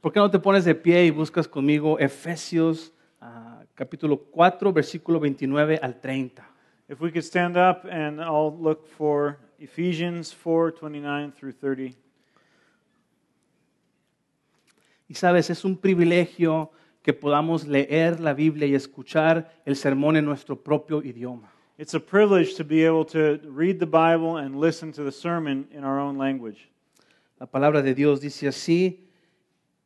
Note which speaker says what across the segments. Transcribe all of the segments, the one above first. Speaker 1: ¿Por qué no te pones de pie y buscas conmigo Efesios ah, capítulo 4, versículo 29 al 30?
Speaker 2: If we could stand up and I'll look for Ephesians 4 29 through 30.
Speaker 1: Y sabes, es un privilegio que podamos leer la Biblia y escuchar el sermón en nuestro propio idioma.
Speaker 2: It's a privilege to be able to read the Bible and listen to the sermon in our own language.
Speaker 1: La palabra de Dios dice así,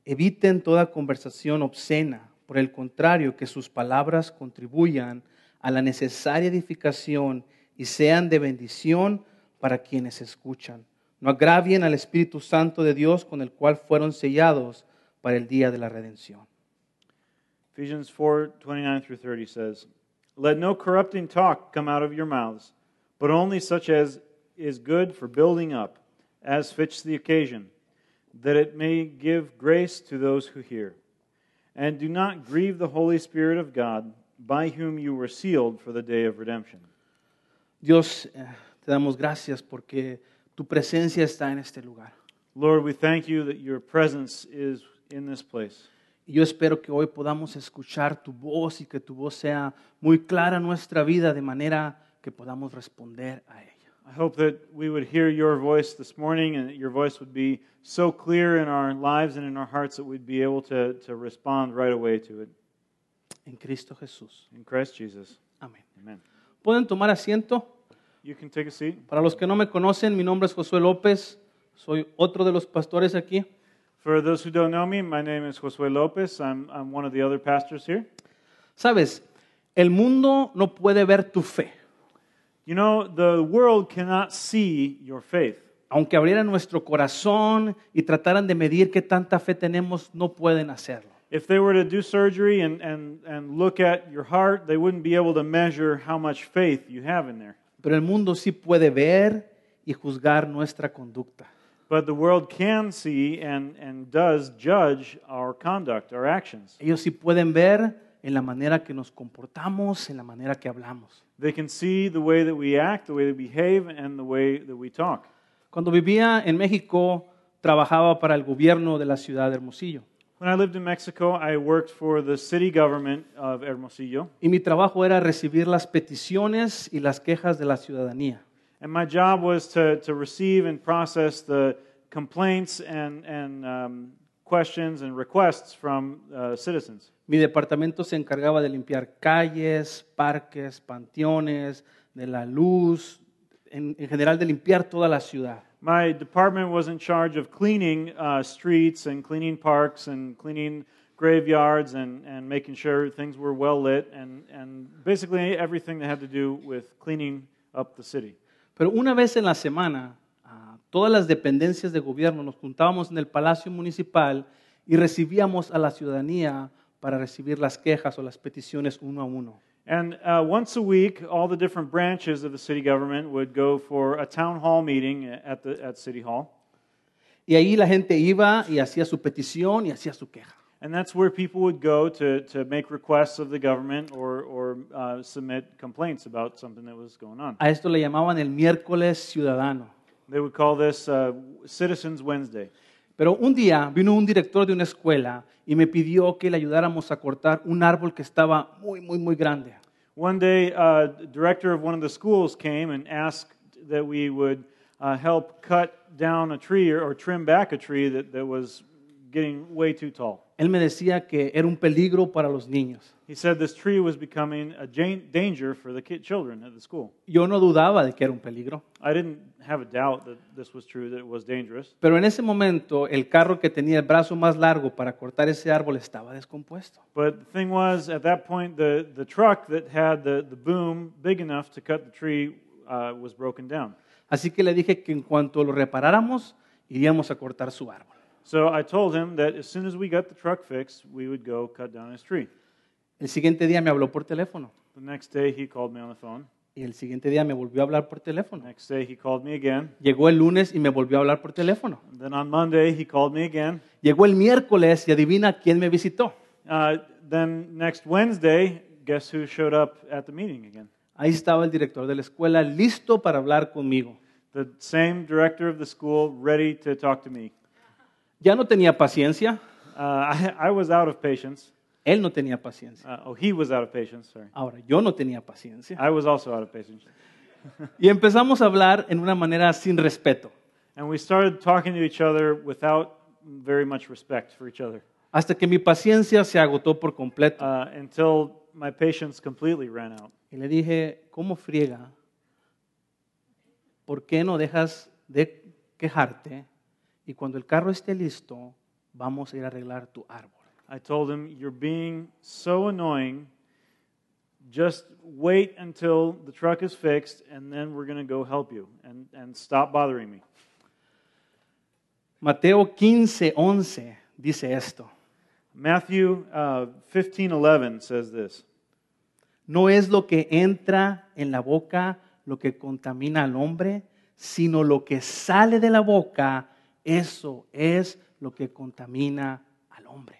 Speaker 1: eviten toda conversación obscena, por el contrario, que sus palabras contribuyan a la necesaria edificación y sean de bendición para quienes escuchan. No agravien al Espíritu Santo de Dios con el cual fueron sellados para el día de la redención.
Speaker 2: Ephesians 4 29 through 30 says, Let no corrupting talk come out of your mouths, but only such as is good for building up, as fits the occasion, that it may give grace to those who hear. And do not grieve the Holy Spirit of God, by whom you were sealed for the day of redemption.
Speaker 1: Dios, eh, te damos gracias porque tu presencia está en este lugar.
Speaker 2: Lord, we thank you that your presence is in this place.
Speaker 1: Y yo espero que hoy podamos escuchar tu voz y que tu voz sea muy clara en nuestra vida de manera que podamos responder a ella.
Speaker 2: I hope that we would hear your voice this morning and that your voice would be so clear in our lives and in our hearts that we'd be able to, to respond right away to it.
Speaker 1: En Cristo Jesús.
Speaker 2: In Christ Jesus.
Speaker 1: Amén.
Speaker 2: Amen.
Speaker 1: ¿Pueden tomar asiento?
Speaker 2: You can take a seat.
Speaker 1: Para los que no me conocen, mi nombre es Josué López. Soy otro de los pastores aquí.
Speaker 2: For those who don't know me, my name is Josue Lopez. I'm, I'm one of the other pastors here.
Speaker 1: Sabes, el mundo no puede ver tu fe.
Speaker 2: You know, the world cannot see your faith.
Speaker 1: Aunque abrieran nuestro corazón y trataran de medir qué tanta fe tenemos, no pueden hacerlo.
Speaker 2: If they were to do surgery and, and, and look at your heart, they wouldn't be able to measure how much faith you have in there.
Speaker 1: Pero el mundo sí puede ver y juzgar nuestra conducta.
Speaker 2: But the world can see and, and does judge our conduct, our actions.
Speaker 1: Ellos sí pueden ver en la manera que nos comportamos, en la manera que hablamos.
Speaker 2: They can see the way that we act, the way that we behave, and the way that we talk.
Speaker 1: Cuando vivía en México, trabajaba para el gobierno de la ciudad de Hermosillo.
Speaker 2: When I lived in Mexico, I worked for the city government of Hermosillo,
Speaker 1: Y mi trabajo era recibir las peticiones y las quejas de la ciudadanía.
Speaker 2: and my job was to, to receive and process the complaints and, and um, questions and requests from uh, citizens.
Speaker 1: Mi departamento se encargaba de limpiar calles, parques, panteones, de la luz, en, en general de limpiar toda la ciudad.
Speaker 2: My department was in charge of cleaning uh, streets and cleaning parks and cleaning graveyards and, and making sure things were well lit and, and basically everything that had to do with cleaning up the city.
Speaker 1: Pero una vez en la semana, ah, todas las dependencias de gobierno nos juntábamos en el Palacio Municipal y recibíamos a la ciudadanía para recibir las quejas o las peticiones uno a uno.
Speaker 2: And uh, once a week, all the different branches of the city government would go for a town hall meeting at, the, at City Hall.
Speaker 1: Y ahí la gente iba y hacía su petición y hacía su queja.
Speaker 2: And that's where people would go to, to make requests of the government or, or uh, submit complaints about something that was going on.
Speaker 1: A esto le llamaban el miércoles ciudadano.
Speaker 2: They would call this uh, Citizens Wednesday.
Speaker 1: Pero un día vino un director de una escuela y me pidió que le ayudáramos a cortar un árbol que estaba muy, muy, muy grande.
Speaker 2: One day, uh, the director of one of the schools came and asked that we would uh, help cut down a tree or, or trim back a tree that, that was getting way too tall.
Speaker 1: Él me decía que era un peligro para los niños.
Speaker 2: He said this tree was becoming a jan- danger for the kid, children at the school.
Speaker 1: Yo no dudaba de que era un peligro,
Speaker 2: I didn't have a doubt that this was true, that it was dangerous.
Speaker 1: pero en ese momento el carro que tenía el brazo más largo para cortar ese árbol estaba descompuesto.
Speaker 2: But the thing was, at that point, the, the truck that had the, the boom big enough to cut the tree uh, was broken down.
Speaker 1: Así que le dije que en cuanto lo reparáramos, iríamos a cortar su árbol.
Speaker 2: So I told him that as soon as we got the truck fixed, we would go cut down his tree.
Speaker 1: El siguiente día me habló por teléfono
Speaker 2: The next day, he called me on the phone.
Speaker 1: y el siguiente día me volvió a hablar por teléfono.
Speaker 2: Next day, he called me again.
Speaker 1: Llegó el lunes y me volvió a hablar por teléfono.
Speaker 2: And then on Monday, he called me again.
Speaker 1: Llegó el miércoles y adivina quién me visitó.
Speaker 2: Uh, then next Wednesday, guess who showed up at the meeting again?
Speaker 1: Ahí estaba el director de la escuela listo para hablar conmigo.
Speaker 2: The same director of the school, ready to talk to me.
Speaker 1: Ya no tenía paciencia,
Speaker 2: Uh, I, I was out of patience.
Speaker 1: Él no tenía paciencia.
Speaker 2: Uh, oh, he was out of patience, sorry.
Speaker 1: Ahora, yo no tenía paciencia.
Speaker 2: I was also out of patience.
Speaker 1: Y empezamos a hablar en una manera sin respeto.
Speaker 2: And we started talking to each other without very much respect for each other
Speaker 1: Hasta que mi paciencia se agotó por completo.
Speaker 2: uh, until my patience completely ran out.
Speaker 1: Y le dije, ¿cómo friega? ¿Por qué no dejas de quejarte? Y cuando el carro esté listo, vamos a ir a arreglar tu árbol.
Speaker 2: I told him, You're being so annoying. Just wait until the truck is fixed, and then we're going to go help you. And, and stop bothering me.
Speaker 1: Mateo 15, 11 dice esto.
Speaker 2: Matthew uh, 15 11 says this
Speaker 1: No es lo que entra en la boca lo que contamina al hombre, sino lo que sale de la boca, eso es lo que contamina al hombre.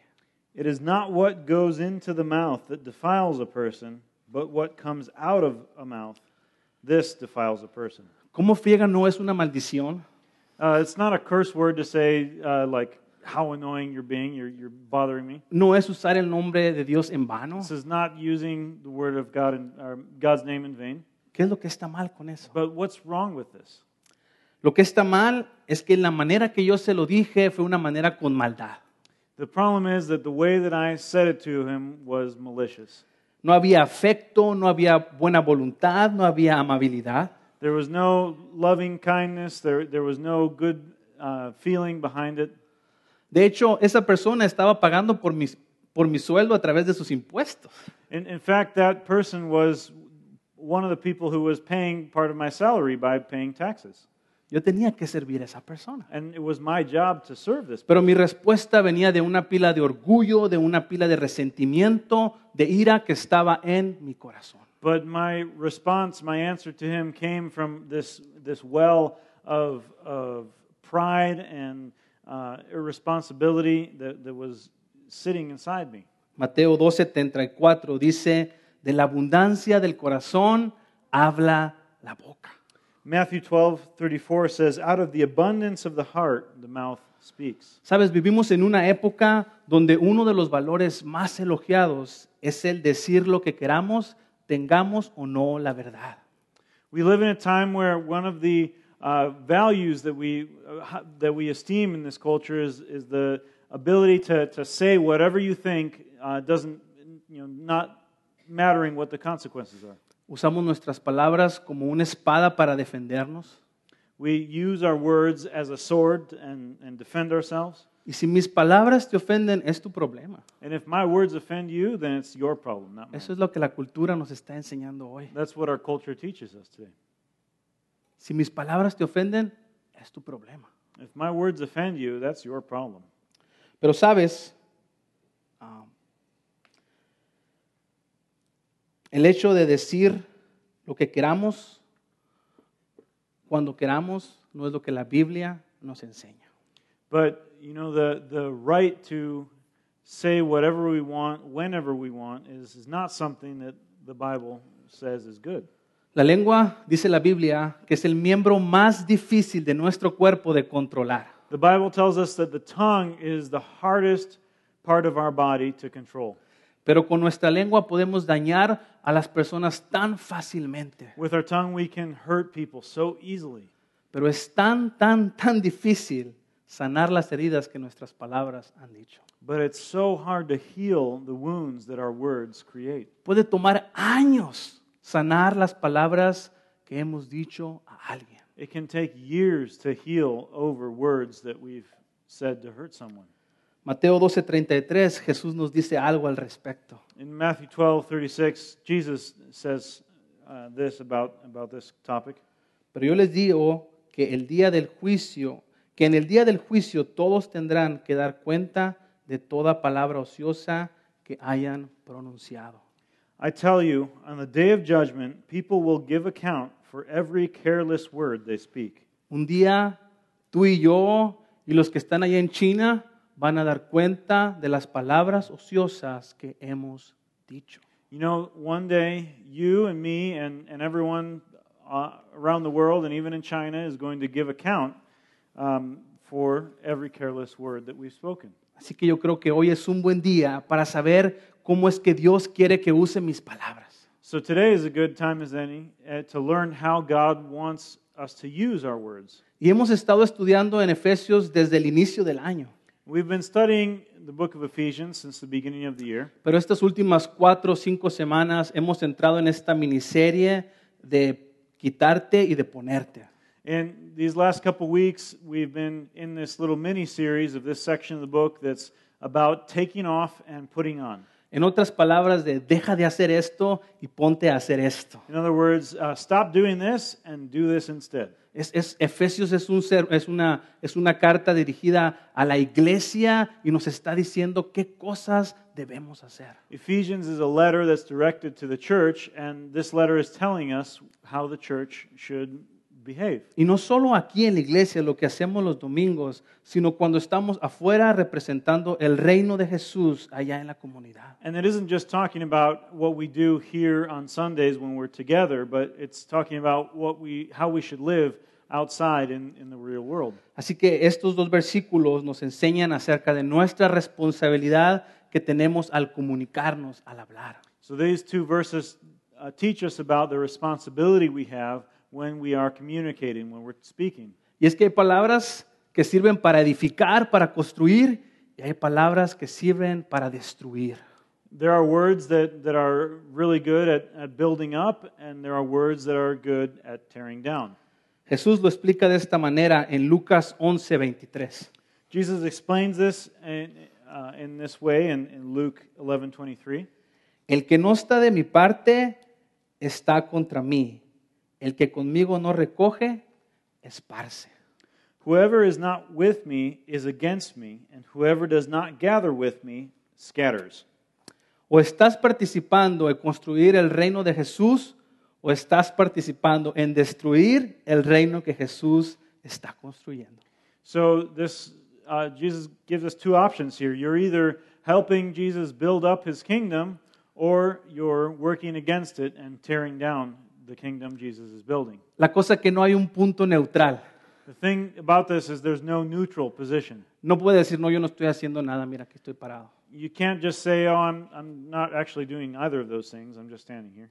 Speaker 2: It is not what goes into the mouth that defiles a person, but what comes out of a mouth. This defiles a person.
Speaker 1: ¿Cómo friega no es una maldición?
Speaker 2: Uh, it's not a curse word to say, uh, like, how annoying you're being, you're, you're bothering me.
Speaker 1: No es usar el nombre de Dios en vano.
Speaker 2: This is not using the word of God in, or God's name in vain.
Speaker 1: ¿Qué es lo que está mal con eso?
Speaker 2: But what's wrong with this?
Speaker 1: Lo que está mal es que la manera que yo se lo dije fue una manera con maldad.
Speaker 2: The problem is that the way that I said it to him was malicious.
Speaker 1: No había afecto, no había buena voluntad, no había amabilidad.
Speaker 2: There was no loving kindness. There, there was no good uh, feeling behind it.
Speaker 1: De hecho, esa persona estaba pagando por mis- por mi sueldo a través de sus impuestos.
Speaker 2: In, in fact, that person was one of the people who was paying part of my salary by paying taxes.
Speaker 1: Yo tenía que servir a esa persona.
Speaker 2: And it was my job to serve this.
Speaker 1: Pero mi respuesta venía de una pila de orgullo, de una pila de resentimiento, de ira que estaba en mi corazón.
Speaker 2: But my response, my answer to him came from this, this well of, of pride and uh, irresponsibility that, that was sitting inside me.
Speaker 1: Mateo 12:34 dice, de la abundancia del corazón habla la boca.
Speaker 2: Matthew twelve thirty four says, Out of the abundance of the heart, the mouth speaks.
Speaker 1: Sabes, vivimos en una época donde uno de los valores más elogiados es el decir lo que queramos, tengamos o no la verdad.
Speaker 2: We live in a time where one of the uh, values that we, uh, that we esteem in this culture is, is the ability to, to say whatever you think uh, doesn't, you know, not mattering what the consequences are.
Speaker 1: Usamos nuestras palabras como una espada para defendernos.
Speaker 2: We use our words as a sword and, and defend ourselves.
Speaker 1: Y si mis palabras te ofenden, es tu problema.
Speaker 2: And if my words offend you, then it's your problem, not mine.
Speaker 1: Eso es lo que la cultura nos está enseñando hoy.
Speaker 2: That's what our culture teaches us today.
Speaker 1: Si mis palabras te ofenden, es tu problema.
Speaker 2: If my words offend you, that's your problem.
Speaker 1: Pero sabes, ah, el hecho de decir lo que queramos, cuando queramos, no es lo que la Biblia nos enseña.
Speaker 2: But you know, the, the right to say whatever we want, whenever we want, is, is not something that the Bible says is good.
Speaker 1: La lengua, dice la Biblia, que es el miembro más difícil de nuestro cuerpo de controlar.
Speaker 2: The Bible tells us that the tongue is the hardest part of our body to control.
Speaker 1: Pero con nuestra lengua podemos dañar a las personas tan fácilmente.
Speaker 2: With our tongue, we can hurt people so easily.
Speaker 1: Pero es tan, tan, tan difícil sanar las heridas que nuestras palabras han dicho.
Speaker 2: But it's so hard to heal the wounds that our words create.
Speaker 1: Puede tomar años sanar las palabras que hemos dicho a alguien.
Speaker 2: It can take years to heal over words that we've said to hurt someone.
Speaker 1: Mateo 12:33 Jesús nos dice algo al respecto.
Speaker 2: In Matthew twelve thirty six, Jesus says uh, this about, about this topic.
Speaker 1: Pero yo les digo que el día del juicio, que en el día del juicio todos tendrán que dar cuenta de toda palabra ociosa que hayan pronunciado.
Speaker 2: I tell you, on the day of judgment, people will give account for every careless word they speak.
Speaker 1: Un día tú y yo y los que están allá en China van a dar cuenta de las palabras ociosas que hemos dicho.
Speaker 2: You know, one day, you and me and, and everyone uh, around the world and even in China is going to give account um, for every careless word that we've spoken.
Speaker 1: Así que yo creo que hoy es un buen día para saber cómo es que Dios quiere que use mis palabras.
Speaker 2: So today is a good time as any uh, to learn how God wants us to use our words.
Speaker 1: Y hemos estado estudiando en Efesios desde el inicio del año,
Speaker 2: We've been studying the book of Ephesians since the beginning of the year,
Speaker 1: pero estas últimas cuatro o cinco semanas hemos entrado en esta miniserie de quitarte y de ponerte.
Speaker 2: and these last couple weeks we've been in this little mini series of this section of the book that's about taking off and putting on.
Speaker 1: En otras palabras, de deja de hacer esto y ponte a hacer esto.
Speaker 2: In other words, uh, stop doing this and do this instead.
Speaker 1: Es, es- Efesios es, un ser- es una, es una carta dirigida a la iglesia y nos está diciendo qué cosas debemos hacer.
Speaker 2: Ephesians is a letter that's directed to the church, and this letter is telling us how the church should behave.
Speaker 1: Y no solo aquí en la iglesia, lo que hacemos los domingos, sino cuando estamos afuera representando el reino de Jesús allá en la comunidad.
Speaker 2: And it isn't just talking about what we do here on Sundays when we're together, but it's talking about what we, how we should live outside in, in the real world.
Speaker 1: Así que estos dos versículos nos enseñan acerca de nuestra responsabilidad que tenemos al comunicarnos, al hablar.
Speaker 2: So these two verses uh, teach us about the responsibility we have when we are communicating, when we're speaking.
Speaker 1: Y es que hay palabras que sirven para edificar, para construir, y hay palabras que sirven para destruir.
Speaker 2: There are words that, that are really good at, at building up, and there are words that are good at tearing down.
Speaker 1: Jesús lo explica de esta manera en Lucas 11, 23.
Speaker 2: Jesus explains this in, uh, in this way in, in Luke 11:23.
Speaker 1: El que no está de mi parte está contra mí. El que conmigo no recoge, esparce.
Speaker 2: Whoever is not with me is against me, and whoever does not gather with me scatters.
Speaker 1: O estás participando en construir el reino de Jesús, o estás participando en destruir el reino que Jesús está construyendo.
Speaker 2: So this uh, Jesus gives us two options here. You're either helping Jesus build up his kingdom, or you're working against it and tearing down the kingdom Jesus is building.
Speaker 1: La cosa que no hay un punto neutral.
Speaker 2: The thing about this is there's no neutral position.
Speaker 1: No puede decir, no, yo no estoy haciendo nada, mira, aquí estoy parado.
Speaker 2: You can't just say, "Oh, I'm I'm not actually doing either of those things. I'm just standing here."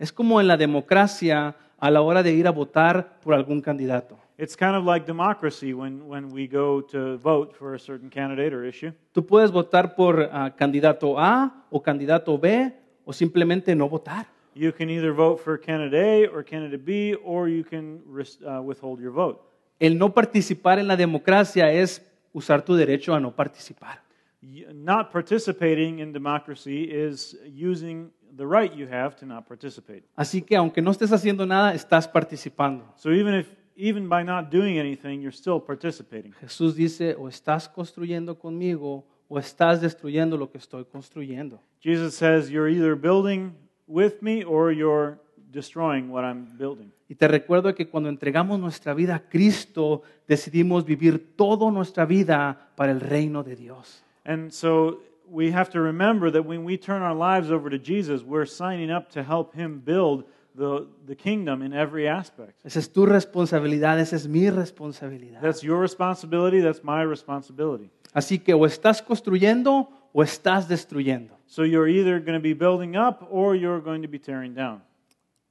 Speaker 1: Es como en la democracia a la hora de ir a votar por algún candidato.
Speaker 2: It's kind of like democracy when, when we go to vote for a certain candidate or issue.
Speaker 1: Tú puedes votar por ah, candidato A o candidato B o simplemente no votar.
Speaker 2: You can either vote for candidate A or candidate B, or you can res- uh, withhold your vote.
Speaker 1: El no participar en la democracia es usar tu derecho a no participar.
Speaker 2: Y- Not participating in democracy is using the right you have to not participate.
Speaker 1: Así que aunque no estés haciendo nada, estás participando.
Speaker 2: So even if even by not doing anything, you're still participating.
Speaker 1: Jesús dice, o estás construyendo conmigo o estás destruyendo lo que estoy construyendo.
Speaker 2: Jesus says you're either building with me or you're destroying what I'm building.
Speaker 1: Y te recuerdo que cuando entregamos nuestra vida a Cristo, decidimos vivir toda nuestra vida para el reino de Dios.
Speaker 2: And so we have to remember that when we turn our lives over to Jesus, we're signing up to help him build the, the kingdom in every aspect.
Speaker 1: Esa es tu responsabilidad, esa es mi responsabilidad.
Speaker 2: That's your responsibility, that's my responsibility.
Speaker 1: Así que o estás construyendo o estás destruyendo.
Speaker 2: So you're either going to be building up or you're going to be tearing down.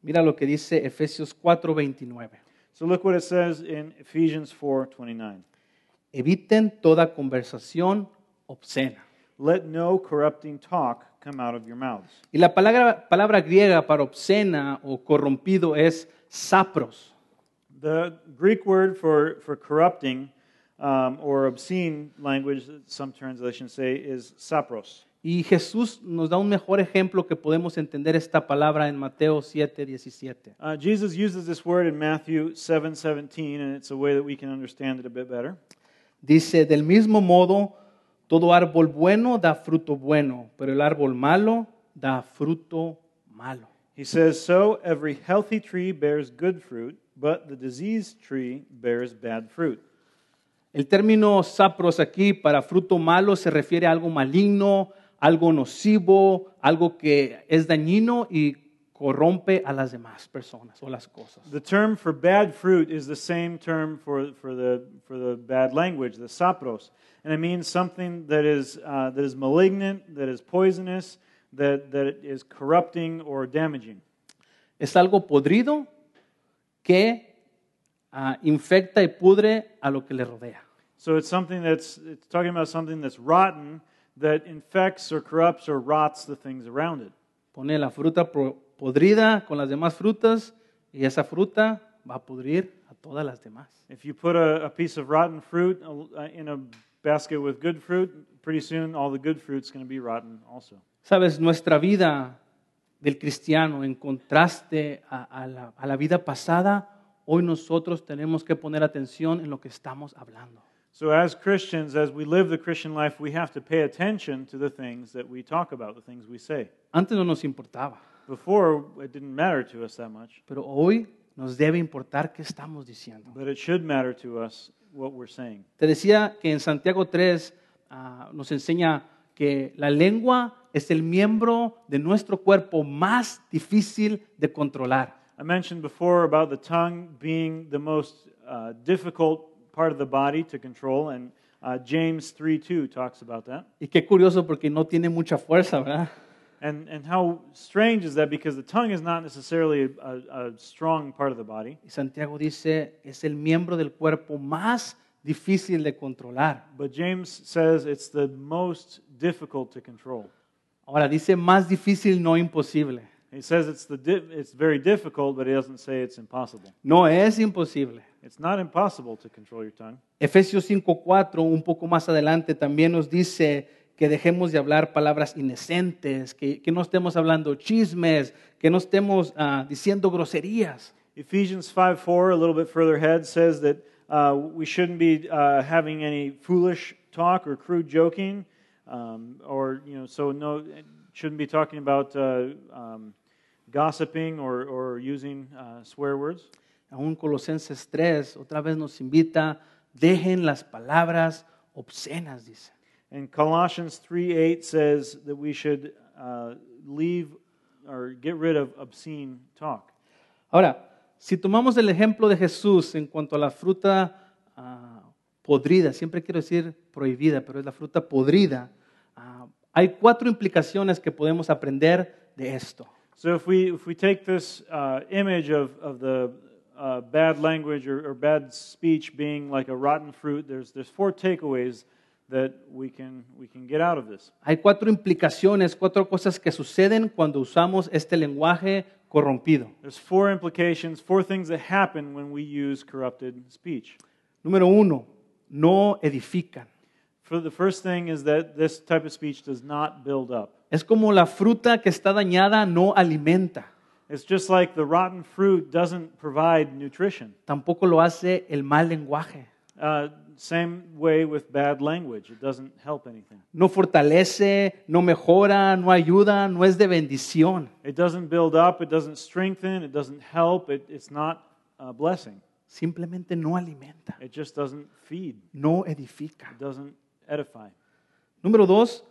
Speaker 1: Mira lo que dice Efesios 4:29.
Speaker 2: So look what it says in Ephesians 4:29.
Speaker 1: Eviten toda conversación obscena.
Speaker 2: Let no corrupting talk come out of your mouths.
Speaker 1: Y la palabra, palabra griega para obscena o corrompido es sapros.
Speaker 2: The Greek word for, for corrupting um, or obscene language, that some translations say, is sapros.
Speaker 1: Y Jesús nos da un mejor ejemplo que podemos entender esta palabra en Mateo 7, 17.
Speaker 2: Uh, Jesus uses this word in Matthew 7:17, and it's a way that we can understand it a bit better.
Speaker 1: Dice, del mismo modo, todo árbol bueno da fruto bueno, pero el árbol malo da fruto malo.
Speaker 2: He says, "So every healthy tree bears good fruit, but the diseased tree bears bad fruit."
Speaker 1: El término sapros aquí para fruto malo se refiere a algo maligno, algo nocivo, algo que es dañino y corrompe a las demás personas o las cosas.
Speaker 2: The term for bad fruit is the same term for, for, the, for the bad language, the sapros. And it means something that is, uh, that is malignant, that is poisonous, that, that is corrupting or damaging.
Speaker 1: Es algo podrido que ah, infecta y pudre a lo que le rodea.
Speaker 2: So it's something that's it's talking about something that's rotten that infects or corrupts or rots the things around it.
Speaker 1: Pone la fruta pro- podrida con las demás frutas y esa fruta va a pudrir a todas las demás.
Speaker 2: If you put a, a piece of rotten fruit uh, in a basket with good fruit, pretty soon all the good fruit's going to be rotten also.
Speaker 1: Sabes, nuestra vida del cristiano en contraste a, a la, a la vida pasada, hoy nosotros tenemos que poner atención en lo que estamos hablando.
Speaker 2: So as Christians, as we live the Christian life, we have to pay attention to the things that we talk about, the things we say.
Speaker 1: Antes no nos importaba,
Speaker 2: Before it didn't matter to us that much,
Speaker 1: pero hoy nos debe importar qué estamos diciendo.
Speaker 2: but it should matter to us what we're saying.
Speaker 1: Te decía que en Santiago 3 ah, nos enseña que la lengua es el miembro de nuestro cuerpo más difícil de controlar.
Speaker 2: I mentioned before about the tongue being the most uh, difficult part of the body to control, and uh, James 3 2 talks about that.
Speaker 1: Y qué curioso porque no tiene mucha fuerza, ¿verdad?
Speaker 2: And, and how strange is that because the tongue is not necessarily a, a, a strong part of the body,
Speaker 1: Y Santiago dice, es el miembro del cuerpo más difícil de controlar.
Speaker 2: but James says it's the most difficult to control.
Speaker 1: Ahora dice más difícil, no imposible.
Speaker 2: He says it's, the di- it's very difficult, but he doesn't say it's impossible.
Speaker 1: No es imposible.
Speaker 2: It's not impossible to control your tongue.
Speaker 1: Efesios 5:4, un poco más adelante, también nos dice que dejemos de hablar palabras inocentes, que, que no estemos hablando chismes, que no estemos ah, diciendo groserías.
Speaker 2: Ephesians 5 4, a little bit further ahead, says that uh, we shouldn't be uh, having any foolish talk or crude joking, um, or, you know, so no, shouldn't be talking about uh, um, gossiping or, or using uh, swear words.
Speaker 1: Aún Colosenses 3 otra vez nos invita, dejen las palabras obscenas, dice.
Speaker 2: And Colossians 3 8 says that we should uh, leave or get rid of obscene talk.
Speaker 1: Ahora, si tomamos el ejemplo de Jesús en cuanto a la fruta ah, podrida, siempre quiero decir prohibida, pero es la fruta podrida, ah, hay cuatro implicaciones que podemos aprender de esto.
Speaker 2: So if we if we take this uh, image of of the uh, bad language or, or bad speech being like a rotten fruit, there's there's four takeaways that we can we can get out of this.
Speaker 1: Hay cuatro implicaciones, cuatro cosas que suceden cuando usamos este lenguaje corrompido.
Speaker 2: There's four implications, four things that happen when we use corrupted speech.
Speaker 1: Número uno, no edifican.
Speaker 2: For the first thing is that this type of speech does not build up.
Speaker 1: Es como la fruta que está dañada no alimenta,
Speaker 2: It's just like the rotten fruit doesn't provide nutrition.
Speaker 1: tampoco lo hace el mal lenguaje.
Speaker 2: Uh, same way with bad language, it doesn't help anything.
Speaker 1: no fortalece, no mejora, no ayuda, no es de bendición.
Speaker 2: It doesn't build up, it doesn't strengthen, it doesn't help, it, it's not a blessing.
Speaker 1: Simplemente no alimenta,
Speaker 2: It just doesn't feed,
Speaker 1: no edifica.
Speaker 2: it doesn't edify.
Speaker 1: Número dos,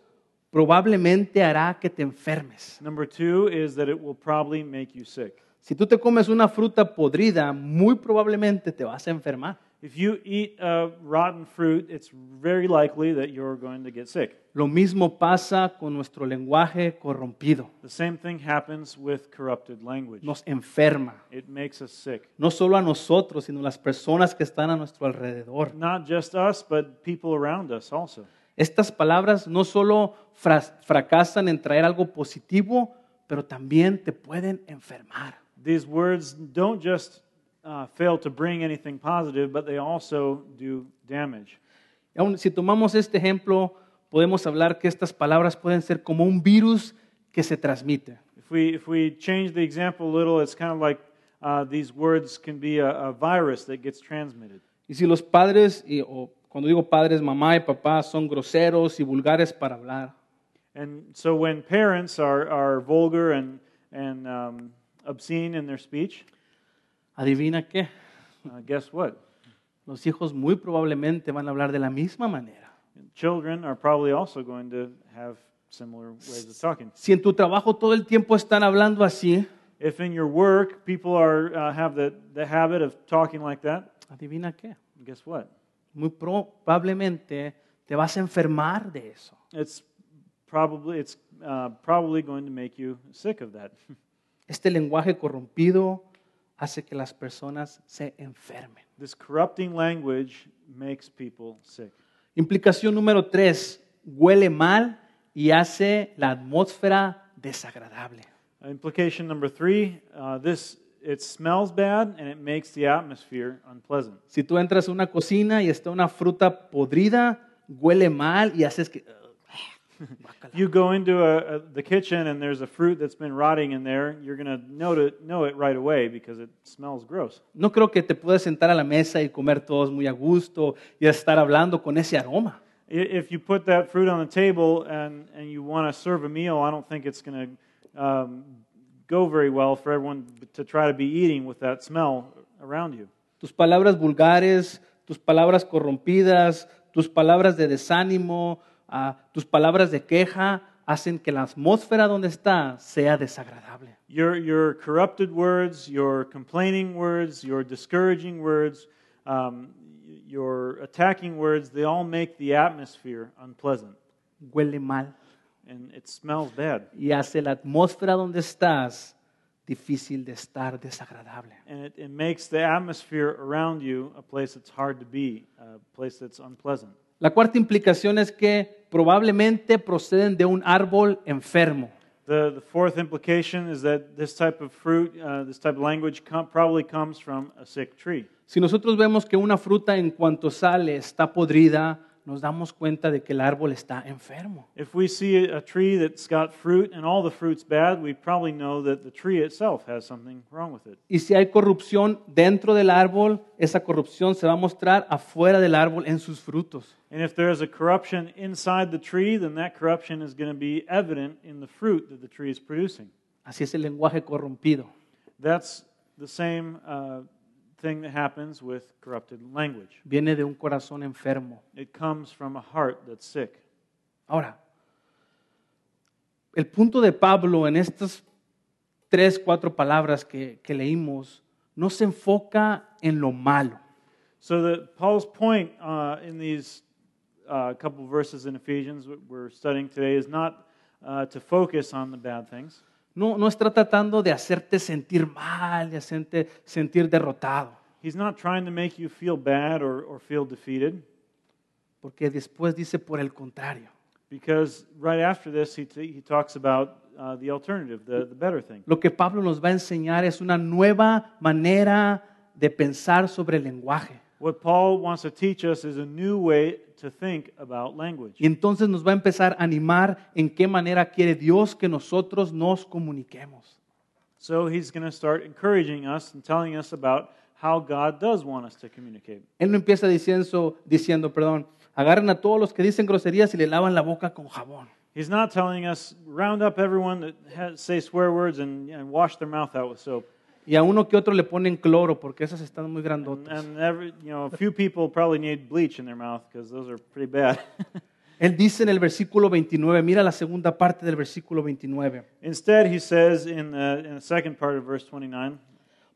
Speaker 1: probablemente hará que te enfermes.
Speaker 2: Number two is that it will probably make you sick.
Speaker 1: Si tú te comes una fruta podrida, muy probablemente te vas a enfermar.
Speaker 2: If you eat uh, rotten fruit, it's very likely that you're going to get sick.
Speaker 1: Lo mismo pasa con nuestro lenguaje corrompido.
Speaker 2: The same thing happens with corrupted language.
Speaker 1: Nos enferma,
Speaker 2: It makes us sick.
Speaker 1: no solo a nosotros, sino a las personas que están a nuestro alrededor.
Speaker 2: Not just us, but people around us also.
Speaker 1: Estas palabras no solo fras- fracasan en traer algo positivo, pero también te pueden enfermar.
Speaker 2: These words don't just uh, fail to bring anything positive, but they also do damage.
Speaker 1: Y aun si tomamos este ejemplo, podemos hablar que estas palabras pueden ser como un virus que se transmite.
Speaker 2: If we, if we change the example a little, it's kind of like uh, these words can be a, a virus that gets transmitted.
Speaker 1: Y si los padres, y, o cuando digo padres, mamá y papá, son groseros y vulgares para hablar,
Speaker 2: And so when parents are, are vulgar and, and um, obscene in their speech,
Speaker 1: adivina qué,
Speaker 2: uh, guess what?
Speaker 1: los hijos muy probablemente van a hablar de la misma manera.
Speaker 2: Children are probably also going to have similar ways of talking.
Speaker 1: Si en tu trabajo todo el tiempo están hablando así,
Speaker 2: If in your work people are uh, have the, the habit of talking like that,
Speaker 1: Adivina qué.
Speaker 2: guess what?
Speaker 1: Muy probablemente te vas a enfermar de eso.
Speaker 2: It's probably it's uh, probably going to make you sick of that.
Speaker 1: Este lenguaje corrompido hace que las personas se enfermen.
Speaker 2: this corrupting language makes people sick.
Speaker 1: Implicación número tres, huele mal y hace la atmósfera desagradable.
Speaker 2: Implication number three: uh, this it smells bad and it makes the atmosphere unpleasant.
Speaker 1: Si tú entras a una cocina y está una fruta podrida, huele mal y haces que...
Speaker 2: If you go into a, a, the kitchen and there's a fruit that's been rotting in there, you're gonna note it, know it right away because it smells gross.
Speaker 1: No creo que te puedas sentar a la mesa y comer todos muy a gusto y estar hablando con ese aroma.
Speaker 2: I- If you put that fruit on the table and, and you want to serve a meal, I don't think it's going to um, go very well for everyone to try to be eating with that smell around you.
Speaker 1: Tus palabras vulgares, tus palabras corrompidas, tus palabras de desánimo, ah, tus palabras de queja hacen que la atmósfera donde está sea desagradable.
Speaker 2: Your, your corrupted words, your complaining words, your discouraging words, um, y- your attacking words, they all make the atmosphere unpleasant
Speaker 1: Huele mal
Speaker 2: and it smells bad.
Speaker 1: y hace la atmósfera donde estás difícil de estar desagradable.
Speaker 2: And it, it makes the atmosphere around you a place that's hard to be, a place that's unpleasant.
Speaker 1: La cuarta implicación es que probablemente proceden de un árbol enfermo.
Speaker 2: The, the fourth implication is that this type of fruit, uh, this type of language, com- probably comes from a sick tree.
Speaker 1: Si nosotros vemos que una fruta en cuanto sale está podrida, nos damos cuenta de que el árbol está enfermo.
Speaker 2: If we see a tree that's got fruit and all the fruit's bad, we probably know that the tree itself has something wrong with it.
Speaker 1: Y si hay corrupción dentro del árbol, esa corrupción se va a mostrar afuera del árbol en sus frutos.
Speaker 2: And if there is a corruption inside the tree, then that corruption is going to be evident in the fruit that the tree is producing.
Speaker 1: Así es el lenguaje corrompido.
Speaker 2: That's the same uh, thing that happens with corrupted language.
Speaker 1: Viene de un corazón enfermo.
Speaker 2: It comes from a heart that's sick.
Speaker 1: Ahora, el punto de Pablo en estas tres, cuatro palabras que, que leímos no se enfoca en lo malo.
Speaker 2: So the, Paul's point uh, in these uh, couple verses in Ephesians that we're studying today is not uh, to focus on the bad things.
Speaker 1: No, no está tratando de hacerte sentir mal, de hacerte sentir derrotado,
Speaker 2: He's not trying to make you feel bad or, or feel defeated,
Speaker 1: porque después dice por el contrario.
Speaker 2: because right after this, he, t- he talks about uh, the alternative, the, the better thing.
Speaker 1: Lo que Pablo nos va a enseñar es una nueva manera de pensar sobre el lenguaje.
Speaker 2: What Paul wants to teach us is a new way to think about language.
Speaker 1: Y entonces nos va a empezar a animar en qué manera quiere Dios que nosotros nos comuniquemos.
Speaker 2: So he's going to start encouraging us and telling us about how God does want us to communicate.
Speaker 1: Él no empieza diciendo, diciendo, perdón, agarren a todos los que dicen groserías y le lavan la boca con jabón.
Speaker 2: He's not telling us round up everyone that has, say swear words and, and wash their mouth out with soap.
Speaker 1: Y a uno que otro le ponen cloro porque esas están muy
Speaker 2: And,
Speaker 1: grandotas.
Speaker 2: and every, you know, a few people probably need bleach in their mouth because those are pretty bad.
Speaker 1: Él dice en el versículo 29, mira la segunda parte del versículo 29.
Speaker 2: Instead, he says in the, in the second part of verse 29,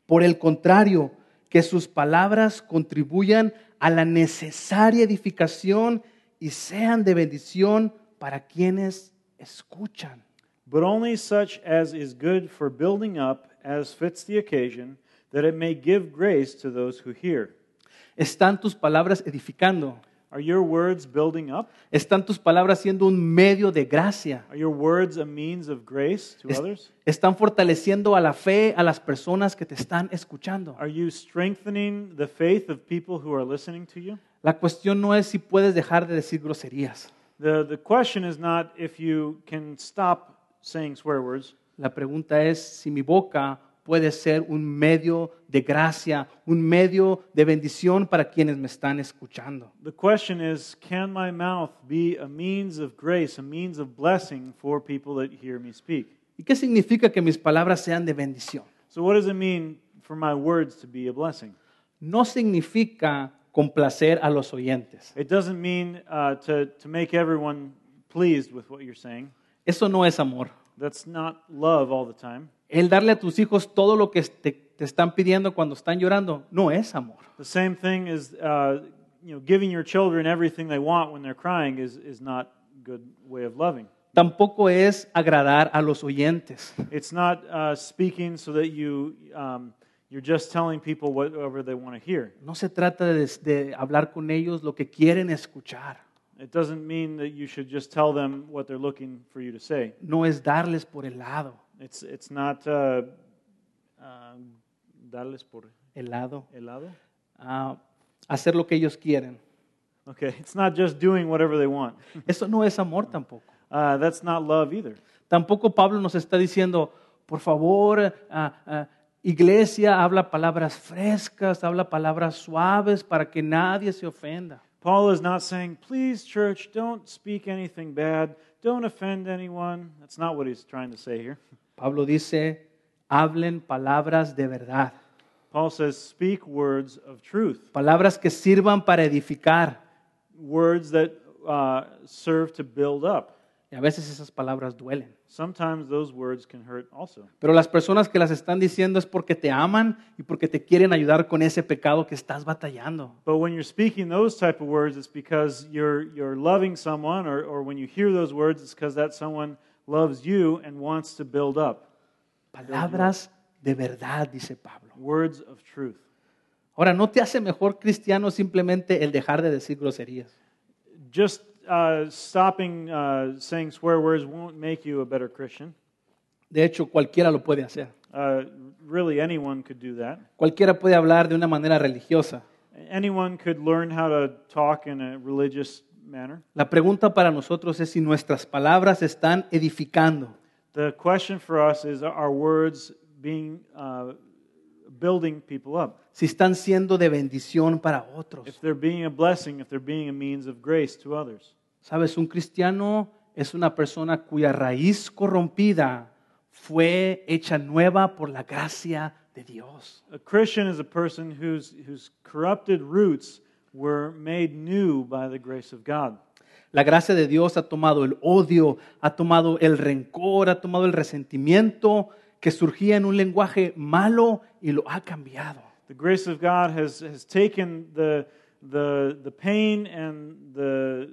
Speaker 1: Por el contrario, que sus palabras contribuyan a la necesaria edificación y sean de bendición para quienes escuchan.
Speaker 2: but only such as is good for building up as fits the occasion, that it may give grace to those who hear.
Speaker 1: ¿Están tus palabras edificando?
Speaker 2: Are your words building up?
Speaker 1: ¿Están tus palabras siendo un medio de gracia?
Speaker 2: Are your words a means of grace to
Speaker 1: Es-
Speaker 2: others?
Speaker 1: Están fortaleciendo a la fe a las personas que te están escuchando.
Speaker 2: Are you strengthening the faith of people who are listening to you?
Speaker 1: La cuestión no es si puedes dejar de decir groserías.
Speaker 2: The, the question is not if you can stop saying swear words.
Speaker 1: La pregunta es si mi boca puede ser un medio de gracia, un medio de bendición para quienes me están escuchando.
Speaker 2: The question is can my mouth be a means of grace, a means of blessing for people that hear me speak?
Speaker 1: ¿Y qué significa que mis palabras sean de bendición?
Speaker 2: So, what does it mean for my words to be a blessing?
Speaker 1: No significa complacer a los oyentes.
Speaker 2: It doesn't mean uh, to, to make everyone pleased with what you're saying.
Speaker 1: Eso no es amor.
Speaker 2: That's not love all the time.
Speaker 1: El darle a tus hijos todo lo que te, te están pidiendo cuando están llorando no es amor.
Speaker 2: The same thing is, uh, you know, giving your children everything they want when they're crying is, is not a good way of loving.
Speaker 1: Tampoco es agradar a los oyentes.
Speaker 2: It's not uh, speaking so that you, um, you're just telling people whatever they want to hear.
Speaker 1: No se trata de, de hablar con ellos lo que quieren escuchar.
Speaker 2: It doesn't mean that you should just tell them what they're looking for you to say.
Speaker 1: No es darles por el lado.
Speaker 2: It's, it's not uh, um, darles por
Speaker 1: El lado.
Speaker 2: helado.
Speaker 1: Ah, hacer lo que ellos quieren.
Speaker 2: Okay, it's not just doing whatever they want.
Speaker 1: Eso no es amor tampoco.
Speaker 2: Uh, that's not love either.
Speaker 1: Tampoco Pablo nos está diciendo, por favor, ah, ah, iglesia, habla palabras frescas, habla palabras suaves para que nadie se ofenda.
Speaker 2: Paul is not saying, please, church, don't speak anything bad, don't offend anyone. That's not what he's trying to say here.
Speaker 1: Pablo dice, hablen palabras de verdad,
Speaker 2: Paul says, speak words of truth,
Speaker 1: palabras que sirvan para edificar.
Speaker 2: words that uh, serve to build up.
Speaker 1: Y a veces esas palabras duelen.
Speaker 2: Sometimes those words can hurt also.
Speaker 1: Pero las personas que las están diciendo es porque te aman y porque te quieren ayudar con ese pecado que estás batallando.
Speaker 2: But when you're speaking those type of words, it's because you're, you're loving someone, or, or when you hear those words, it's because that someone loves you and wants to build up.
Speaker 1: Palabras de verdad, dice Pablo.
Speaker 2: Words of truth.
Speaker 1: Ahora, no te hace mejor cristiano simplemente el dejar de decir groserías.
Speaker 2: Just uh, stopping uh, saying swear words won't make you a better Christian.
Speaker 1: De hecho, cualquiera lo puede hacer.
Speaker 2: Uh, really, anyone could do that.
Speaker 1: Cualquiera puede hablar de una manera religiosa.
Speaker 2: Anyone could learn how to talk in a religious manner.
Speaker 1: La pregunta para nosotros es si nuestras palabras están edificando.
Speaker 2: The question for us is are words being uh, building people up?
Speaker 1: si están siendo de bendición para otros.
Speaker 2: If they're being a blessing, if they're being a means of grace to others.
Speaker 1: Sabes, un cristiano es una persona cuya raíz corrompida fue hecha nueva por la gracia de Dios.
Speaker 2: A Christian is a person whose, whose corrupted roots were made new by the grace of God.
Speaker 1: La gracia de Dios ha tomado el odio, ha tomado el rencor, ha tomado el resentimiento que surgía en un lenguaje malo y lo ha cambiado.
Speaker 2: The grace of God has, has taken the, the, the pain and the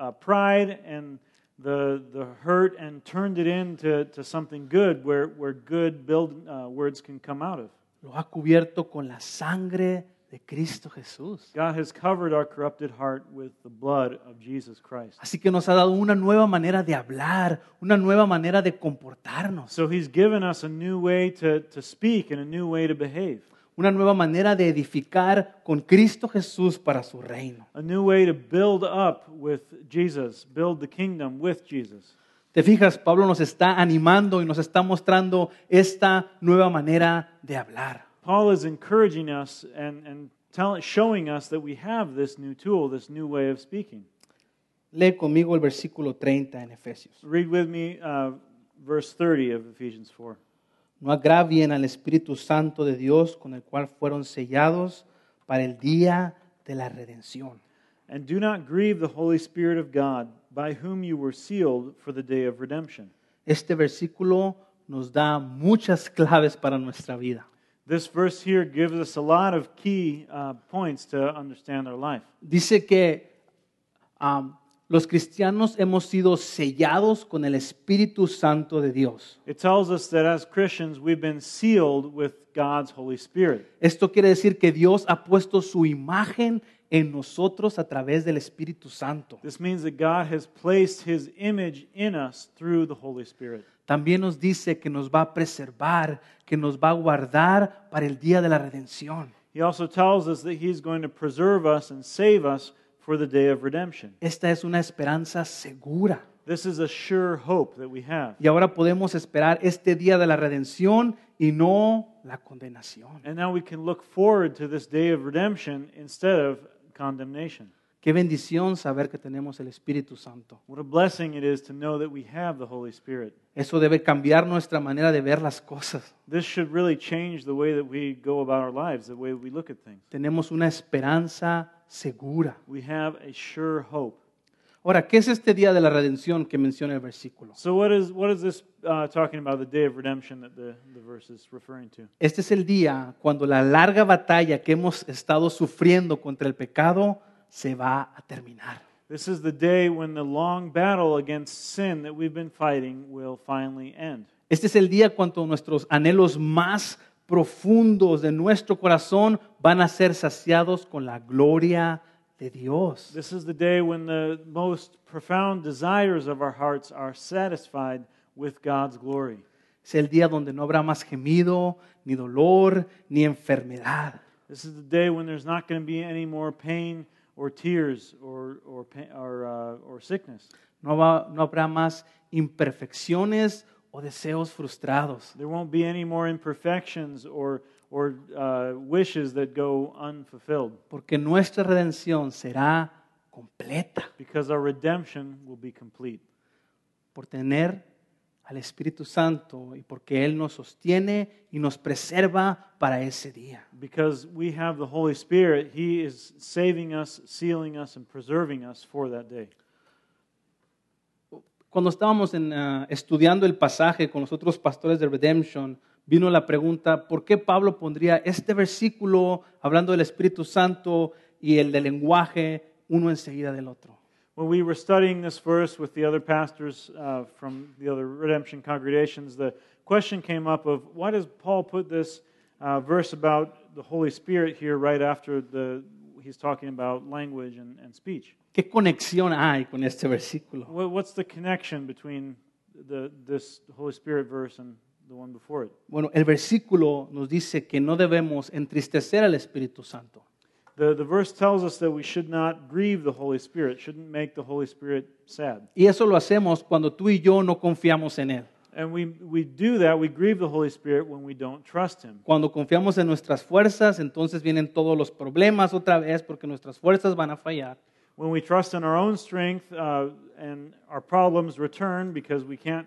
Speaker 2: uh, pride and the, the hurt and turned it into to something good where, where good build, uh, words can come out of.
Speaker 1: Lo ha cubierto con la sangre de Cristo Jesús.
Speaker 2: God has covered our corrupted heart with the blood of Jesus Christ.
Speaker 1: Así que nos ha dado una nueva manera de hablar, una nueva manera de comportarnos.
Speaker 2: So he's given us a new way to, to speak and a new way to behave,
Speaker 1: una nueva manera de edificar con Cristo Jesús para su reino.
Speaker 2: a new way to build up with Jesus, build the kingdom with Jesus.
Speaker 1: Te fijas, Pablo nos está animando y nos está mostrando esta nueva manera de hablar.
Speaker 2: Paul is encouraging us and, and tell, showing us that we have this new tool, this new way of speaking.
Speaker 1: Lee conmigo el versículo 30 en Efesios.
Speaker 2: Read with me uh, verse 30 of Ephesians 4.
Speaker 1: No agravien al Espíritu Santo de Dios con el cual fueron sellados para el día de la redención.
Speaker 2: And do not grieve the Holy Spirit of God, by whom you were sealed for the day of redemption.
Speaker 1: Este versículo nos da muchas claves para nuestra vida.
Speaker 2: This verse here gives us a lot of key uh, points to understand our life.
Speaker 1: dice que um, los cristianos hemos sido sellados con el Espíritu Santo de Dios.
Speaker 2: It tells us that as Christians, we've been sealed with God's Holy Spirit.
Speaker 1: Esto quiere decir que Dios ha puesto su imagen en nosotros a través del Espíritu Santo.
Speaker 2: This means that God has placed his image in us through the Holy Spirit.
Speaker 1: También nos dice que nos va a preservar, que nos va a guardar para el día de la redención.
Speaker 2: He also tells us that he's going to preserve us and save us for the day of redemption.
Speaker 1: Esta es una esperanza segura.
Speaker 2: This is a sure hope that we have.
Speaker 1: Y ahora podemos esperar este día de la redención y no la condenación.
Speaker 2: And now we can look forward to this day of redemption instead of condemnation.
Speaker 1: Qué bendición saber que tenemos el Espíritu Santo.
Speaker 2: What a blessing it is to know that we have the Holy Spirit.
Speaker 1: Eso debe cambiar nuestra manera de ver las cosas.
Speaker 2: This should really change the way that we go about our lives, the way we look at things.
Speaker 1: Tenemos una esperanza segura.
Speaker 2: We have a sure hope.
Speaker 1: Ahora, ¿qué es este día de la redención que menciona el versículo?
Speaker 2: So, what is, what is this uh, talking about, the day of redemption that the, the verse is referring to?
Speaker 1: Este es el día cuando la larga batalla que hemos estado sufriendo contra el pecado se va a terminar.
Speaker 2: This is the day when the long battle against sin that we've been fighting will finally end.
Speaker 1: Este es el día cuando nuestros anhelos más profundos de nuestro corazón van a ser saciados con la gloria de Dios.
Speaker 2: This is the day when the most profound desires of our hearts are satisfied with God's glory.
Speaker 1: Es el día donde no habrá más gemido, ni dolor, ni enfermedad.
Speaker 2: This is the day when there's not going to be any more pain or tears or, or, pa- or, uh, or sickness.
Speaker 1: No, va- no habrá más imperfecciones o deseos frustrados.
Speaker 2: There won't be any more imperfections or, or uh, wishes that go unfulfilled
Speaker 1: porque nuestra redención será completa
Speaker 2: because our redemption will be complete.
Speaker 1: por tener al Espíritu Santo y porque Él nos sostiene y nos preserva para ese día.
Speaker 2: Because we have the Holy Spirit, He is saving us, sealing us, and preserving us for that day.
Speaker 1: Cuando estábamos en, ah, estudiando el pasaje con los otros pastores de Redemption, vino la pregunta, ¿por qué Pablo pondría este versículo hablando del Espíritu Santo y el del lenguaje uno enseguida del otro?
Speaker 2: When we were studying this verse with the other pastors uh, from the other redemption congregations, the question came up of why does Paul put this uh, verse about the Holy Spirit here right after the he's talking about language and, and speech?
Speaker 1: ¿Qué conexión hay con este versículo?
Speaker 2: Wha- What's the connection between the, this Holy Spirit verse and the one before it?
Speaker 1: Bueno, el versículo nos dice que no debemos entristecer al Espíritu Santo.
Speaker 2: The, the verse tells us that we should not grieve the Holy Spirit, shouldn't make the Holy Spirit sad.
Speaker 1: Y eso lo hacemos cuando tú y yo no confiamos en Él,
Speaker 2: And we, we do that, we grieve the Holy Spirit when we don't trust Him.
Speaker 1: cuando confiamos en nuestras fuerzas, entonces vienen todos los problemas otra vez porque nuestras fuerzas van a fallar.
Speaker 2: When we trust in our own strength uh, and our problems return because we can't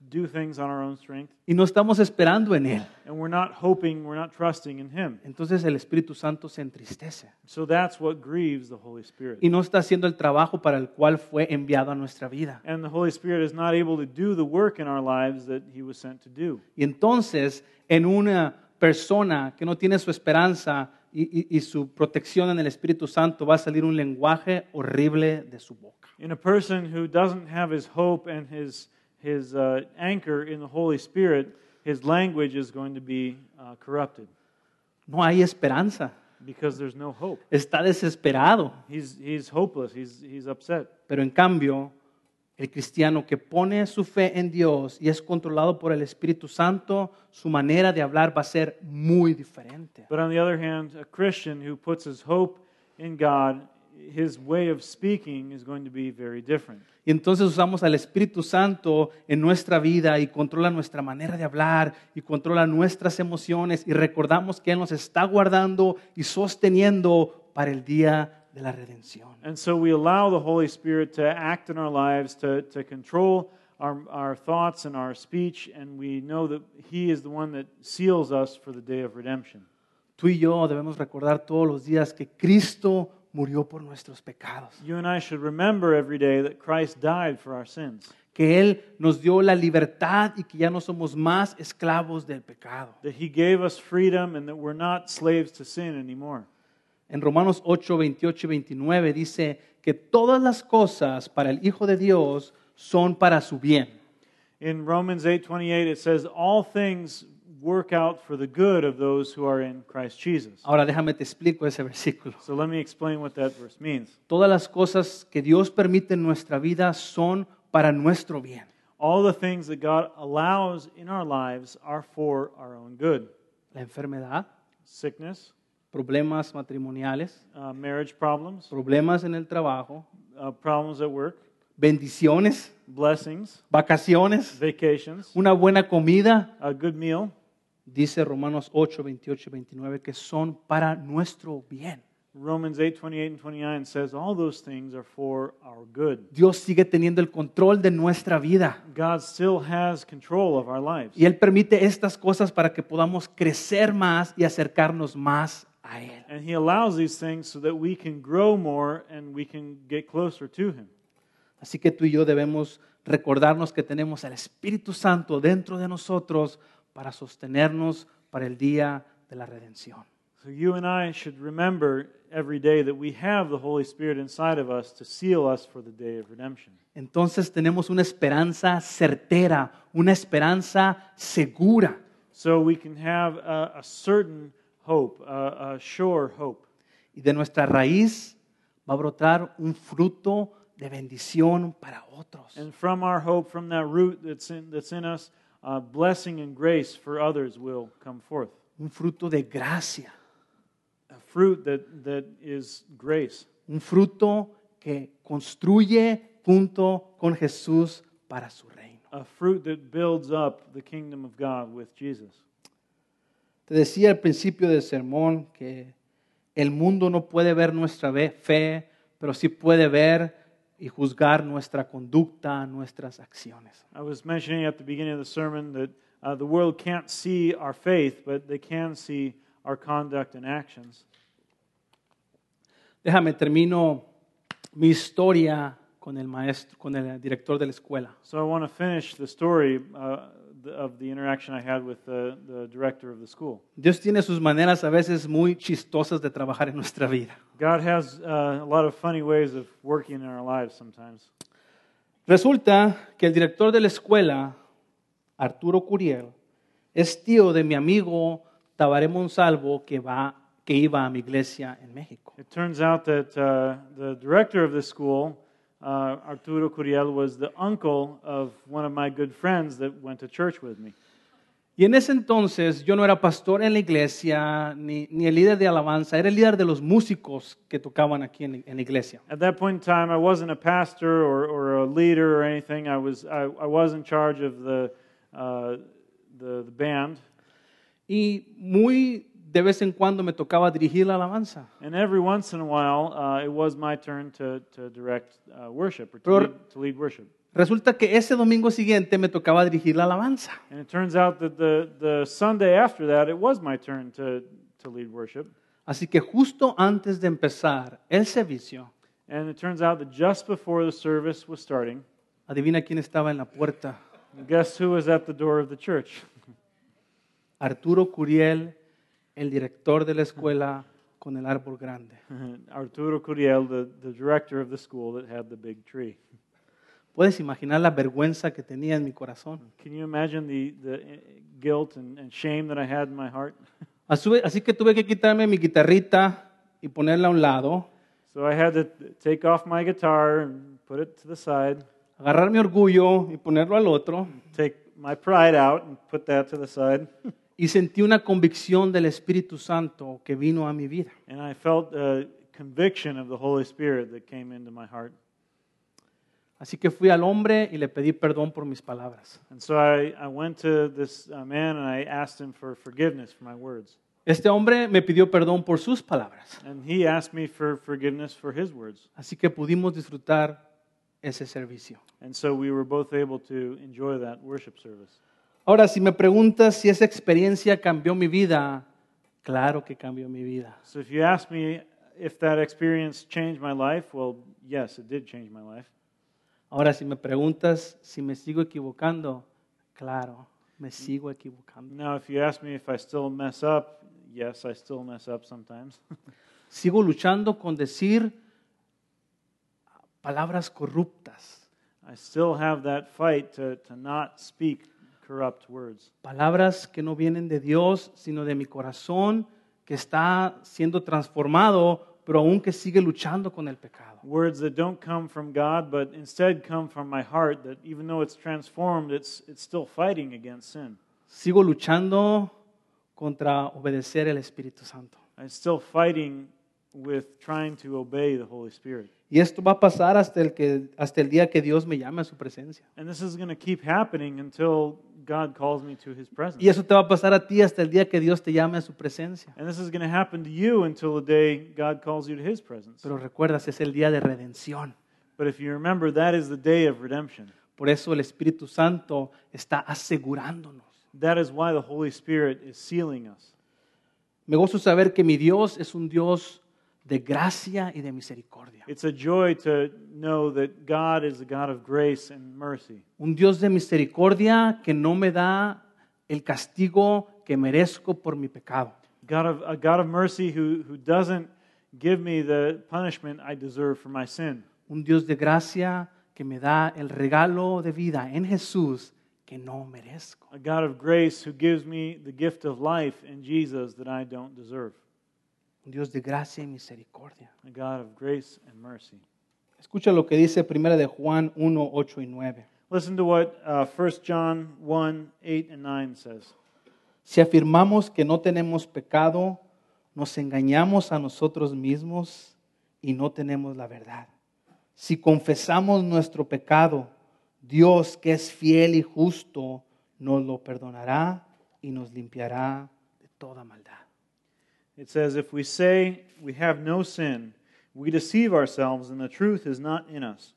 Speaker 2: do things on our own strength,
Speaker 1: Y no estamos esperando en Él.
Speaker 2: and we're not hoping, we're not trusting in Him.
Speaker 1: Entonces el Espíritu Santo se entristece
Speaker 2: So that's what grieves the Holy Spirit.
Speaker 1: y no está haciendo el trabajo para el cual fue enviado a nuestra vida.
Speaker 2: And the Holy Spirit is not able to do the work in our lives that He was sent to do.
Speaker 1: Y entonces en una persona que no tiene su esperanza y, y- y su protección en el Espíritu Santo va a salir un lenguaje horrible de su boca.
Speaker 2: In a person who doesn't have his hope and his, his uh, anchor in the Holy Spirit, his language is going to be uh, corrupted
Speaker 1: No hay esperanza.
Speaker 2: because there's no hope.
Speaker 1: Está desesperado.
Speaker 2: He's, he's hopeless, he's, he's upset.
Speaker 1: Pero en cambio, el cristiano que pone su fe en Dios y es controlado por el Espíritu Santo, su manera de hablar va a ser muy diferente.
Speaker 2: But on the other hand, a Christian who puts his hope in God, his way of speaking is going to be very different.
Speaker 1: Y entonces usamos al Espíritu Santo en nuestra vida y controla nuestra manera de hablar y controla nuestras emociones y recordamos que Él nos está guardando y sosteniendo para el día de la redención.
Speaker 2: And so we allow the Holy Spirit to act in our lives, to, to control our, our thoughts and our speech, and we know that He is the one that seals us for the day of redemption.
Speaker 1: Tú y yo debemos recordar todos los días que Cristo murió por nuestros pecados,
Speaker 2: You and I should remember every day that Christ died for our sins,
Speaker 1: que Él nos dio la libertad y que ya no somos más esclavos del pecado.
Speaker 2: that He gave us freedom, and that we're not slaves to sin anymore.
Speaker 1: En Romanos 8, 28 y 29 dice que todas las cosas para el Hijo de Dios son para su bien.
Speaker 2: In Romans 8:28 it says all things work out for the good of those who are in Christ Jesus.
Speaker 1: Ahora déjame te explico ese versículo.
Speaker 2: So let me explain what that verse means.
Speaker 1: Todas las cosas que Dios permite en nuestra vida son para nuestro bien.
Speaker 2: All the things that God allows in our lives are for our own good.
Speaker 1: La enfermedad,
Speaker 2: Sickness,
Speaker 1: problemas matrimoniales,
Speaker 2: uh, marriage problems,
Speaker 1: problemas en el trabajo,
Speaker 2: uh, problems at work,
Speaker 1: bendiciones,
Speaker 2: blessings,
Speaker 1: vacaciones,
Speaker 2: vacations,
Speaker 1: una buena comida.
Speaker 2: a good meal.
Speaker 1: Dice Romanos 8, 28 y 29 que son para nuestro bien.
Speaker 2: Romans 8:28 and 29 says all those things are for our good.
Speaker 1: Dios sigue teniendo el control de nuestra vida
Speaker 2: God still has control of our lives.
Speaker 1: y Él permite estas cosas para que podamos crecer más y acercarnos más a Él.
Speaker 2: And he allows these things so that we can grow more and we can get closer to him.
Speaker 1: Así que tú y yo debemos recordarnos que tenemos al Espíritu Santo dentro de nosotros para sostenernos para el día de la redención.
Speaker 2: So you and I should remember every day that we have the Holy Spirit inside of us to seal us for the day of redemption.
Speaker 1: Entonces tenemos una esperanza certera, una esperanza segura.
Speaker 2: So we can have a, a certain hope, a, a sure hope.
Speaker 1: Y de nuestra raíz va a brotar un fruto de bendición para otros.
Speaker 2: And from our hope, from that root that's in, that's in us, uh, blessing and grace for others will come forth.
Speaker 1: Un fruto de gracia.
Speaker 2: A fruit that, that is grace,
Speaker 1: Un fruto que construye junto con Jesús para su reino.
Speaker 2: a fruit that builds up the kingdom of God with Jesus.
Speaker 1: Te decía al principio del sermón que el mundo no puede ver nuestra ve- fe, pero sí puede ver y juzgar nuestra conducta, nuestras acciones.
Speaker 2: I was mentioning at the beginning of the sermon that uh, the world can't see our faith, but they can see our conduct and actions.
Speaker 1: Déjame termino mi historia con el maestro, con el director de la escuela.
Speaker 2: So I want to finish the story uh, th- of the interaction I had with the, the director of the school.
Speaker 1: Dios tiene sus maneras a veces muy chistosas de trabajar en nuestra vida.
Speaker 2: God has uh, a lot of funny ways of working in our lives sometimes.
Speaker 1: Resulta que el director de la escuela, Arturo Curiel, es tío de mi amigo Tabaré Monsalvo que, va, que iba a mi iglesia en México.
Speaker 2: It turns out that uh, the director of the school, uh, Arturo Curiel, was the uncle of one of my good friends that went to church with me.
Speaker 1: Y en ese entonces yo no era pastor en la iglesia ni, ni el líder de alabanza, era el líder de los músicos que tocaban aquí en, en la iglesia.
Speaker 2: At that point in time, I wasn't a pastor or, or a leader or anything. I was, I, I was in charge of the, uh, the, the band.
Speaker 1: Y muy de vez en cuando me tocaba dirigir la alabanza.
Speaker 2: And every once in a while, uh, it was my turn to, to direct uh, worship or to
Speaker 1: Pero-
Speaker 2: lead, to lead worship.
Speaker 1: Resulta que ese domingo siguiente me tocaba dirigir la alabanza.
Speaker 2: And it turns out that the, the Sunday after that, it was my turn to, to lead worship.
Speaker 1: Así que justo antes de empezar el servicio,
Speaker 2: And it turns out that just before the service was starting,
Speaker 1: adivina quién estaba en la puerta.
Speaker 2: guess who was at the door of the church?
Speaker 1: Arturo Curiel, el director de la escuela con el árbol grande.
Speaker 2: Arturo Curiel, the, the director of the school that had the big tree.
Speaker 1: Puedes imaginar la vergüenza que tenía en mi corazón.
Speaker 2: Can you imagine the, the eh, guilt and, and shame that I had in my heart?
Speaker 1: Asuve- Así que tuve que quitarme mi guitarrita y ponerla a un lado,
Speaker 2: So I had to take off my guitar and put it to the side,
Speaker 1: agarrar mi orgullo y ponerlo al otro.
Speaker 2: take my pride out and put that to the side.
Speaker 1: Y sentí una convicción del Espíritu Santo que vino a mi vida.
Speaker 2: And I felt a conviction of the Holy Spirit that came into my heart.
Speaker 1: Así que fui al hombre y le pedí perdón por mis palabras.
Speaker 2: And so I, I went to this uh, man and I asked him for forgiveness for my words.
Speaker 1: Este hombre me pidió perdón por sus palabras.
Speaker 2: And he asked me for forgiveness for his words.
Speaker 1: Así que pudimos disfrutar ese servicio.
Speaker 2: And so we were both able to enjoy that worship service.
Speaker 1: Ahora, si me preguntas si esa experiencia cambió mi vida, claro que cambió mi vida.
Speaker 2: So if you ask me if that experience changed my life, well, yes, it did change my life.
Speaker 1: Ahora, si me preguntas si me sigo equivocando, claro, me sigo equivocando.
Speaker 2: Now, if you ask me if I still mess up, yes, I still mess up sometimes.
Speaker 1: Sigo luchando con decir palabras corruptas,
Speaker 2: I still have that fight to, to not speak corrupt words.
Speaker 1: palabras que no vienen de Dios, sino de mi corazón que está siendo transformado, pero aún que sigue luchando con el pecado.
Speaker 2: Words that don't come from God, but instead come from my heart, that even though it's transformed, it's, it's still fighting against sin.
Speaker 1: Sigo luchando contra obedecer el Espíritu Santo.
Speaker 2: I'm still fighting with trying to obey the Holy Spirit.
Speaker 1: Y esto va a pasar hasta el, que, hasta el día que Dios me llame a su presencia.
Speaker 2: And this is going to keep happening until God calls me to his presence.
Speaker 1: Y eso te va a pasar a ti hasta el día que Dios te llame a su presencia.
Speaker 2: And this is going to happen to you until the day God calls you to his presence.
Speaker 1: Pero recuerdas, es el día de redención.
Speaker 2: But if you remember, that is the day of redemption.
Speaker 1: Por eso el Espíritu Santo está asegurándonos.
Speaker 2: That is why the Holy Spirit is sealing us.
Speaker 1: Me gozo saber que mi Dios es un Dios de gracia y de misericordia.
Speaker 2: It's a joy to know that God is a God of grace and mercy,
Speaker 1: Un Dios de misericordia que no me da el castigo que merezco por mi pecado.
Speaker 2: God of, a God of mercy who, who doesn't give me the punishment I deserve for my sin,
Speaker 1: Un Dios de gracia que me da el regalo de vida en Jesús que no merezco.
Speaker 2: a God of grace who gives me the gift of life in Jesus that I don't deserve,
Speaker 1: Un Dios de gracia y misericordia.
Speaker 2: a God of grace and mercy.
Speaker 1: Escucha lo que dice Primera de Juan 1, 8 y 9.
Speaker 2: Listen to what uh, 1 John 1 8 and 9 says.
Speaker 1: Si afirmamos que no tenemos pecado, nos engañamos a nosotros mismos y no tenemos la verdad. Si confesamos nuestro pecado, Dios, que es fiel y justo, nos lo perdonará y nos limpiará de toda maldad.
Speaker 2: It says, If we say we have no sin, we deceive ourselves and the truth is not in us.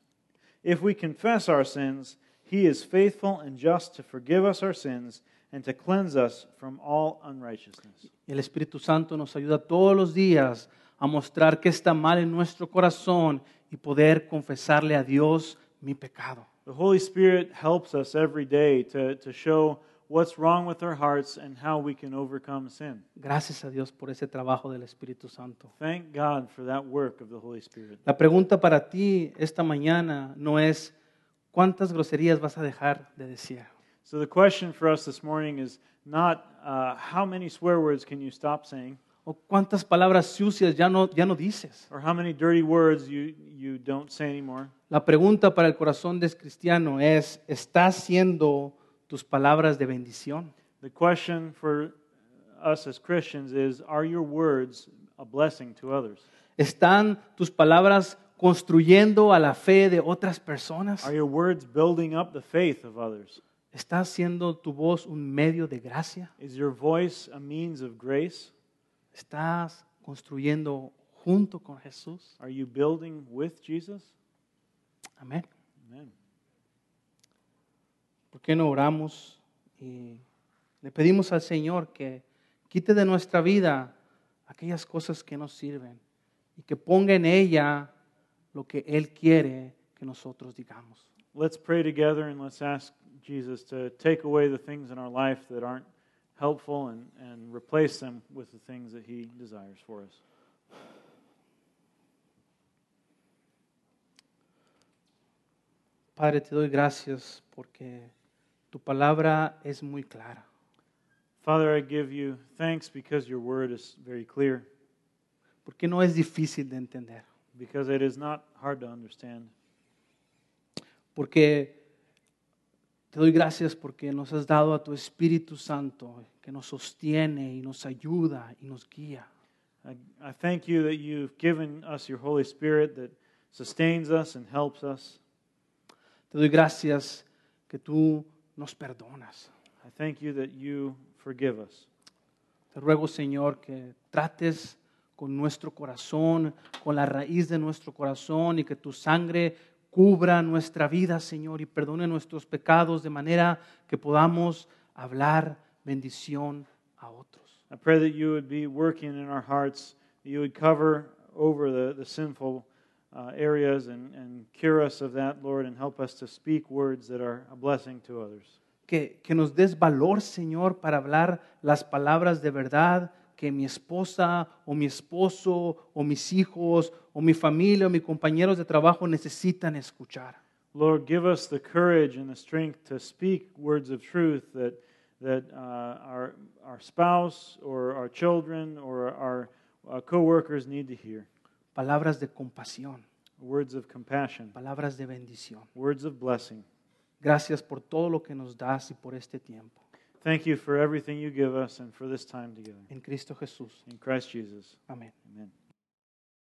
Speaker 2: If we confess our sins, he is faithful and just to forgive us our sins and to cleanse us from all unrighteousness.
Speaker 1: Y el Espíritu Santo nos ayuda todos los días a mostrar qué está mal en nuestro corazón y poder confesarle a Dios mi pecado.
Speaker 2: The Holy Spirit helps us every day to, to show what's wrong with our hearts and how we can overcome sin.
Speaker 1: Gracias a Dios por ese trabajo del Espíritu Santo.
Speaker 2: Thank God for that work of the Holy Spirit.
Speaker 1: La pregunta para ti esta mañana no es cuántas groserías vas a dejar de decir.
Speaker 2: So, the question for us this morning is not uh, how many swear words can you stop saying?
Speaker 1: O cuántas palabras sucias ya no, ya no dices.
Speaker 2: or how many dirty words you, you don't say anymore.
Speaker 1: La pregunta para el corazón del cristiano es, ¿estás haciendo tus palabras de bendición?
Speaker 2: The question for us as Christians is Are your words a blessing to others?
Speaker 1: ¿Están tus palabras construyendo a la fe de otras personas?
Speaker 2: Are your words building up the faith of others?
Speaker 1: ¿Está haciendo tu voz un medio de gracia?
Speaker 2: Is your voice a means of grace?
Speaker 1: ¿Estás construyendo junto con Jesús?
Speaker 2: Are you building with Jesus?
Speaker 1: Amén.
Speaker 2: Amen.
Speaker 1: ¿Por qué no oramos y le pedimos al Señor que quite de nuestra vida aquellas cosas que nos sirven y que ponga en ella lo que Él quiere que nosotros digamos?
Speaker 2: Let's pray together and let's ask Jesus to take away the things in our life that aren't helpful and, and replace them with the things that He desires for us.
Speaker 1: Padre, te doy gracias porque tu palabra es muy clara.
Speaker 2: Father, I give you thanks because your word is very clear.
Speaker 1: porque no es difícil de entender,
Speaker 2: because it is not hard to understand.
Speaker 1: porque te doy gracias porque nos has dado a tu Espíritu Santo que nos sostiene y nos ayuda y nos guía.
Speaker 2: I, I thank you that you've given us your Holy Spirit that sustains us and helps us.
Speaker 1: Te doy gracias que tú nos perdonas.
Speaker 2: I thank you that you forgive us.
Speaker 1: Te ruego, Señor, que trates con nuestro corazón, con la raíz de nuestro corazón y que tu sangre cubra nuestra vida, Señor, y perdone nuestros pecados de manera que podamos hablar bendición a otros.
Speaker 2: I pray that you would be working in our hearts, that you would cover over the, the sinful uh, areas and, and cure us of that, Lord, and help us to speak words that are a blessing to others.
Speaker 1: que, que nos des valor, Señor, para hablar las palabras de verdad que mi esposa o mi esposo o mis hijos o mi familia o mis compañeros de trabajo necesitan escuchar.
Speaker 2: Lord, give us the courage and the strength to speak words of truth that, that uh, our, our spouse or our children or our uh, coworkers need to hear.
Speaker 1: Palabras de compasión,
Speaker 2: Words of compassion,
Speaker 1: palabras de bendición.
Speaker 2: words of blessing.
Speaker 1: Gracias por todo lo que nos das y por este tiempo.
Speaker 2: Thank you for everything you give us and for this time together.
Speaker 1: En Cristo Jesús.
Speaker 2: In Christ Jesus,
Speaker 1: Amén.
Speaker 2: amen.